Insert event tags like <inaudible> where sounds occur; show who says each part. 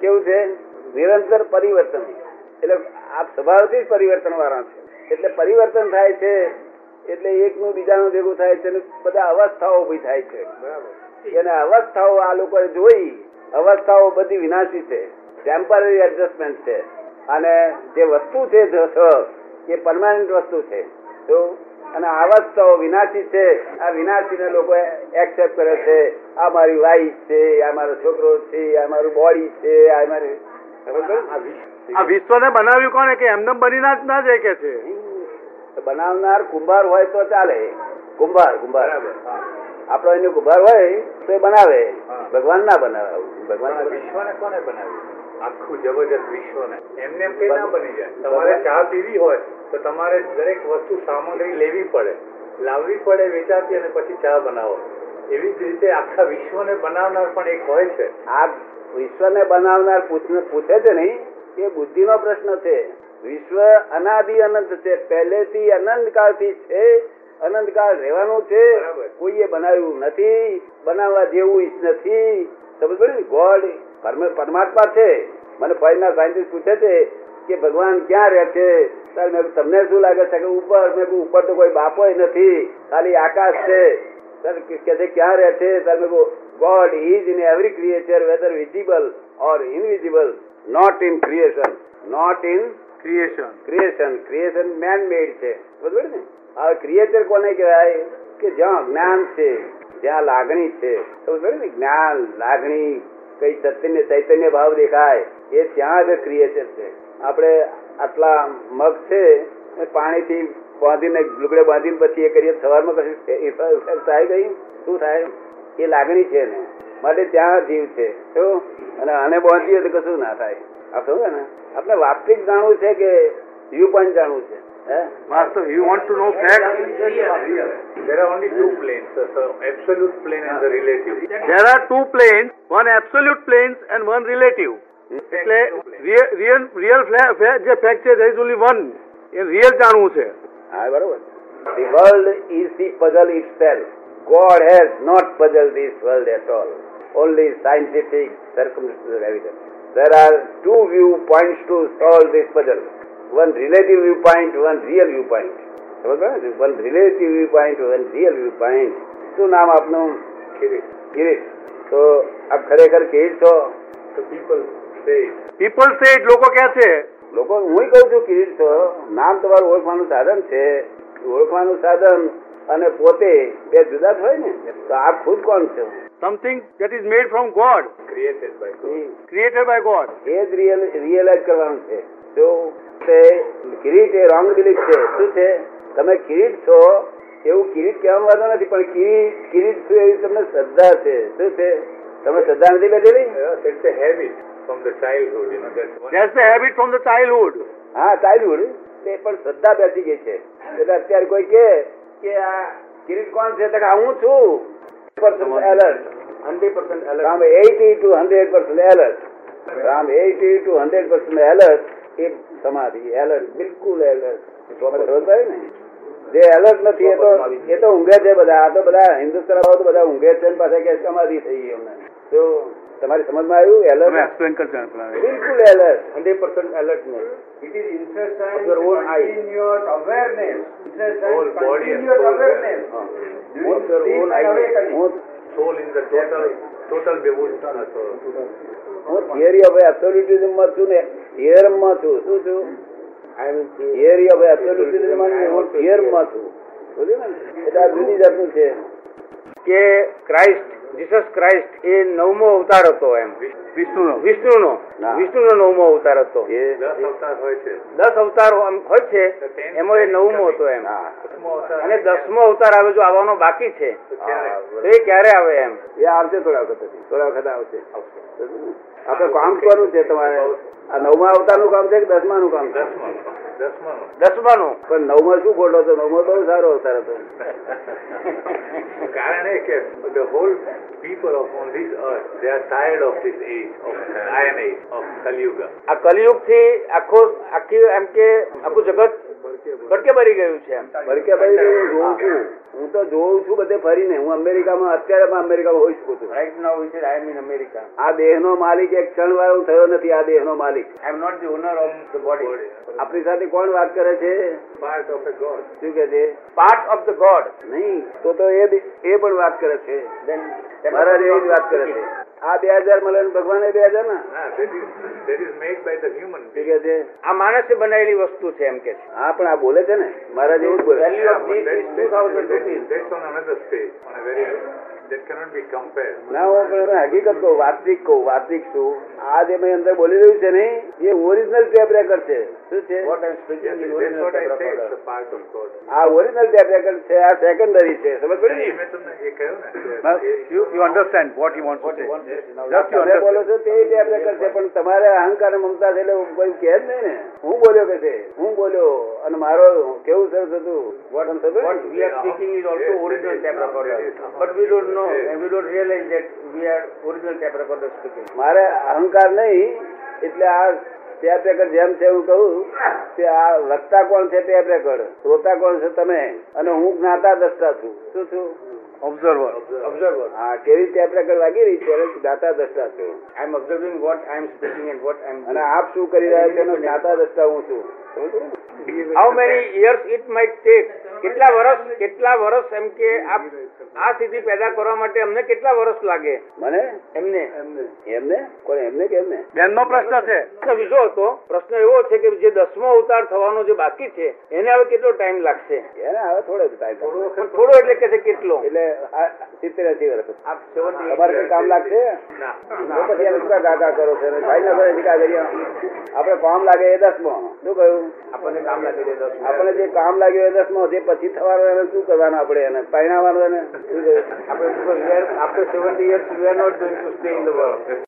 Speaker 1: કેવું છે નિરંતર પરિવર્તન એટલે આપ સ્વભાવથી જ પરિવર્તન વાળા છે એટલે પરિવર્તન થાય છે એટલે એકનું બીજાનું ભેગું થાય છે અને બધા અવસ્થાઓ ઉભી થાય છે અને અવસ્થાઓ આ લોકોએ જોઈ અવસ્થાઓ બધી વિનાશી છે ટેમ્પરરી એડજસ્ટમેન્ટ છે અને જે વસ્તુ છે જ એ પરમાનન્ટ વસ્તુ છે તો અને આ અવસ્થાઓ વિનાશી છે આ વિનાશીને લોકો એક્સેપ્ટ કરે છે આ મારી વાઈફ છે આ મારો છોકરો છે આ મારું બોડી છે આ મારી
Speaker 2: આ વિશ્વને બનાવ્યું કોને કે એમને બનીના જ ના જાય કે છે
Speaker 1: તો બનાવનાર કુંભાર હોય તો ચાલે કુંભાર કુંભાર આપણો એનો કુંભાર હોય તો એ બનાવે
Speaker 3: હા.
Speaker 1: ભગવાન ના બનાવે આવું. ભગવાન
Speaker 3: પણ આ
Speaker 1: બનાવે.
Speaker 3: વિશ્વને કોને બનાવ્યું આખું જબરજસ્ત વિશ્વને એમને એમ કઈ ના બની જાય
Speaker 1: ભગવાન-
Speaker 3: તમારે ચા પીવી હોય તો તમારે દરેક વસ્તુ સામગ્રી લેવી પડે લાવવી પડે વેચાતી અને પછી ચા બનાવો એવી જ રીતે આખા વિશ્વને બનાવનાર પણ એક હોય છે
Speaker 1: આ વિશ્વને બનાવનાર પૂછને પૂછે છે નહીં એ બુદ્ધિનો પ્રશ્ન છે વિશ્વ અનાદિ અનંત છે પહેલેથી અનંતકાળથી છે અનંતકાળ રહેવાનું છે
Speaker 3: બરાબર.
Speaker 1: કોઈએ બનાવ્યું નથી બનાવવા જેવું ઈ જ નથી સમજ પડી ને? ગોડ પરમ- પરમાત્મા છે મને ફોરેનના સાયન્ટિસ્ટ પૂછે છે કે ભગવાન ક્યાં રહે છે ત્યારે મેં કીધું, તમને શું લાગે છે કે ઉપર મેં કીધું, ઉપર તો કોઈ બાપોય નથી ખાલી આકાશ છે સર કે છે ક્યાં રહે છે સર મેં God is in every creature whether visible or invisible not in creation not in
Speaker 2: creation
Speaker 1: creation creation man made છે બરાબર ને હવે ક્રિએચર કોને કહેવાય કે જ્યાં જ્ઞાન છે જ્યાં લાગણી છે બરાબર ને જ્ઞાન લાગણી કઈ સત્યને ચૈતન્ય ભાવ દેખાય એ ત્યાં જ ક્રિએચર છે આપણે આટલા મગ છે એ પાણીથી બાંધીને લુગડે બાંધીને પછી એ કરીએ સવારમાં કશું ઇફા- ઇફા થાય ગઈ શું થાય એ લાગણી છે ને માટે ત્યાં જીવ છે તો અને આને પહોંચીએ તો કશું ના થાય આ સમજો ને આપણે વાસ્તવિક જાણવું છે કે વ્યૂ પોઈન્ટ જાણવું છે હે
Speaker 2: વાસ્તવ you want to know fact
Speaker 3: There are only two planes, sir. So, absolute plane and the relative.
Speaker 2: There are two planes one absolute planes and one relative એટલે રિયલ રિયલ જે fact છે there is only one એ real જાણવું છે
Speaker 1: હા બરોબર the world is the puzzle itself God has not puzzle this world at all only scientific circumstantial evidence there are two view points to solve this puzzle one relative view point one real view point સમજ પડે one relative view point one real view point શું નામ આપનું
Speaker 3: Kirit.
Speaker 1: Kirit તો આપ ખરેખર કિરીટ છો
Speaker 3: So, people say,
Speaker 2: people સે લોકો કહે છે
Speaker 1: લોકો હું કહું છું કિરીટ છો નામ તમારું ઓળખવાનું સાધન છે ઓળખવાનું સાધન અને પોતે બે જુદા જ હોય ને તો આપ ખુદ કોણ છો
Speaker 2: something that is made from God
Speaker 3: created by God.
Speaker 1: એ-
Speaker 2: ક્રિએટેડ બાય ગોડ
Speaker 1: એ જ રિયલ રિયલાઇઝ કરવાનું છે જો તે કિરીટ એ રોંગ બિલીફ છે શું છે તમે કિરીટ છો એવું કિરીટ કહેવામાં વાંધો નથી પણ કિરીટ કિરીટ છું એવી તમને શ્રદ્ધા છે શું છે તમે શ્રદ્ધા નથી બેઠેલી
Speaker 3: Yes, it's a habit from the childhood, you know, that's one.
Speaker 2: That's the habit from the childhood
Speaker 1: હા ચાલ્યું તે પણ શ્રદ્ધા બેસી ગઈ છે એટલે અત્યારે કોઈ કહે કે આ કિરીટ કોણ છે તો કે આ હું છું alert
Speaker 3: 100% alert.
Speaker 1: Ram at two hundred percent alert Ram at two hundred percent alert એ સમાધિ એલર્ટ બિલકુલ એલર્ટ ખબર પડે ને જે એલર્ટ નથી એ તો એ તો ઊંઘે છે બધા આ તો બધા હિન્દુસ્તાન વાળા તો બધા ઊંઘે છે ને પાછા કે સમાધિ થઈ ગઈ અમને તો તમારી સમજમાં આવ્યું
Speaker 2: તમે
Speaker 1: એલર્ટ
Speaker 2: એક્સપ્લેન કરજો આને પહેલા.
Speaker 1: બિલકુલ alert
Speaker 3: 100% alertness.
Speaker 4: It is incessant,
Speaker 1: Of your own eye.
Speaker 4: continuous awareness.
Speaker 3: Whole
Speaker 4: Incessant,
Speaker 3: body and
Speaker 4: continuous
Speaker 3: soul.
Speaker 4: awareness. During
Speaker 1: Both your
Speaker 4: sleep
Speaker 1: own
Speaker 4: and
Speaker 1: idea.
Speaker 4: awakening.
Speaker 1: Both-
Speaker 3: Soul in the total, total bevustan હતો.
Speaker 1: હું theory of absolutism માં છું ને theorem માં છું શું છું theory of absolutism માં હું theorem માં છું સમજ્યો ને? એટલે આ જુદી જાતનું છે
Speaker 5: કે ક્રાઇસ્ટ જીસસ ક્રાઇસ્ટ એ નવમો અવતાર હતો એમ
Speaker 2: વિષ્ણુનો
Speaker 5: વિષ્ણુનો
Speaker 1: ના.
Speaker 5: વિષ્ણુનો નવમો અવતાર હતો
Speaker 1: એ-
Speaker 3: દસ અવતાર હોય છે.
Speaker 5: દસ અવતાર આમ હોય છે એમાં એ નવમો હતો એમ
Speaker 1: હા.
Speaker 3: દસમો અવતાર
Speaker 5: અને દસમો અવતાર આવે જો આવવાનો બાકી છે
Speaker 3: તો ક્યારે?
Speaker 5: તો એ ક્યારે આવે એમ
Speaker 1: એ આવશે થોડા વખત પછી. થોડા વખત આવશે આપણે કામ કરવું છે તમારે આ નવમા અવતારનું કામ છે કે દસમાનું કામ છે
Speaker 3: દસમો.
Speaker 5: <laughs>
Speaker 3: દસમાનો.
Speaker 5: દસમાનો
Speaker 1: પણ નવમાં શું ખોટો હતો નવમો બહુ સારો અવતાર હતો
Speaker 3: કારણ એ કે the whole people of on this earth, they are tired of this age, of Iron Age, of Kali Yuga.
Speaker 5: આ કલયુગ થી આખો આખી એમ કે આખું જગત ભટકે ભરી ગયું છે એમ
Speaker 1: ભડકે ભાઈ હું જોઉં છું હું તો જોઉં છું બધે ફરીને હું અમેરિકામાં અત્યારે પણ અમેરિકામાં હોઈ શકું છું
Speaker 5: right now which I am in America
Speaker 1: આ દેહનો માલિક એક ક્ષણ વાર હું થયો નથી આ દેહનો માલિક
Speaker 5: I am not the owner of the body
Speaker 1: આપણી સાથે કોણ વાત કરે છે
Speaker 3: Part of a God.
Speaker 1: શું કે છે
Speaker 5: પાર્ટ ઓફ ધ ગોડ
Speaker 1: નહીં તો તો એ બી- એ પણ વાત કરે છે
Speaker 5: દેન
Speaker 1: મારા જેવી જ વાત કરે છે આ બે હજાર મળે ને ભગવાને બે હજાર ના
Speaker 3: Ah, that is, that is made by the human
Speaker 1: શું
Speaker 3: being.
Speaker 1: કે છે
Speaker 5: આ માણસે બનાવેલી વસ્તુ છે એમ કે છે
Speaker 1: હા પણ આ બોલે છે ને મારા જેવું જ બોલે
Speaker 5: Value of
Speaker 3: But
Speaker 5: this
Speaker 3: that,
Speaker 5: is
Speaker 3: that,
Speaker 5: 2000
Speaker 3: that,
Speaker 5: rupees.
Speaker 3: that's on another stage, on a very, that cannot be compared.
Speaker 1: ના હું પણ એને હકીકત કહું વાસ્તવિક કહું વાસ્તવિક છું આ જે મેં અંદર બોલી રહ્યું છે ને એ ઓરિજિનલ ટેપ રેકર્ડ છે શું છે
Speaker 5: what I am speaking
Speaker 3: Yes, that's what I say, it's a part of God.
Speaker 1: આ ઓરિજિનલ ટેપ રેકર્ડ છે આ સેકન્ડરી છે સમજ પડી ને
Speaker 3: મેં તમને એ કહ્યું ને કે
Speaker 2: You, you understand what he wants to say. Just you
Speaker 1: તમે બોલો
Speaker 2: understand.
Speaker 1: છો તે ટેપ રેકર્ડ છે પણ તમારે અહંકાર અને મમતા છે એટલે કોઈ કહે જ નહીં ને હું બોલ્યો કે છે હું બોલ્યો અને મારો કેવું સરસ હતું વોટ આમ થતું
Speaker 5: What we are speaking is also original tape recorder, but we don't know and we don't realize that we are original tape recorder speaking.
Speaker 1: મારે અહંકાર નહીં એટલે આ ટેપ રેકર્ડ જેમ છે હું કહું કે આ વક્તા કોણ છે ટેપ રેકર્ડ શ્રોતા કોણ છે તમે અને હું જ્ઞાતા દ્રષ્ટા છું શું છું
Speaker 2: Observer.
Speaker 5: Observer,
Speaker 1: હા કેવી ટેપ રેકર્ડ લાગી રહી છે એટલે જ્ઞાતા દ્રષ્ટા છું
Speaker 5: I am observing what I am speaking and what I am.
Speaker 1: અને આપ શું કરી રહ્યા છો એનો જ્ઞાતા દ્રષ્ટા હું છું સમજ પડી ને?
Speaker 5: How many years it might take? કેટલા વર્ષ કેટલા વર્ષ એમ કે આ આ સ્થિતિ પેદા કરવા માટે અમને કેટલા વર્ષ લાગે
Speaker 1: મને
Speaker 5: એમને
Speaker 1: એમને કોણ એમને કે એમને
Speaker 2: બેનનો પ્રશ્ન છે
Speaker 5: પ્રશ્ન બીજો હતો પ્રશ્ન એવો છે કે જે દસમો અવતાર થવાનો જે બાકી છે એને હવે કેટલો ટાઈમ લાગશે
Speaker 1: એને હવે થોડો ટાઈમ
Speaker 5: પણ થોડો એટલે કે છે કેટલો
Speaker 1: એટલે આ સિત્તેર એસી વર્ષ
Speaker 5: આપ 78
Speaker 1: તમારે કઈ કામ લાગશે તો પછી એમ શું કાકા કરો છો ને કાંઈ ના કરે શિકાર કરીએ આપણે કામ લાગે એ દસમો શું કહ્યું
Speaker 5: આપણને કામ લાગી દે દસ
Speaker 1: આપણે જે કામ લાગ્યું એ દસમો જે પછી થવાનું એને શું કરવાનું આપણે એને પરિણામવાનું એને શું કહ્યું
Speaker 5: આપણે because we are- after 70 years we are not going to stay in the world.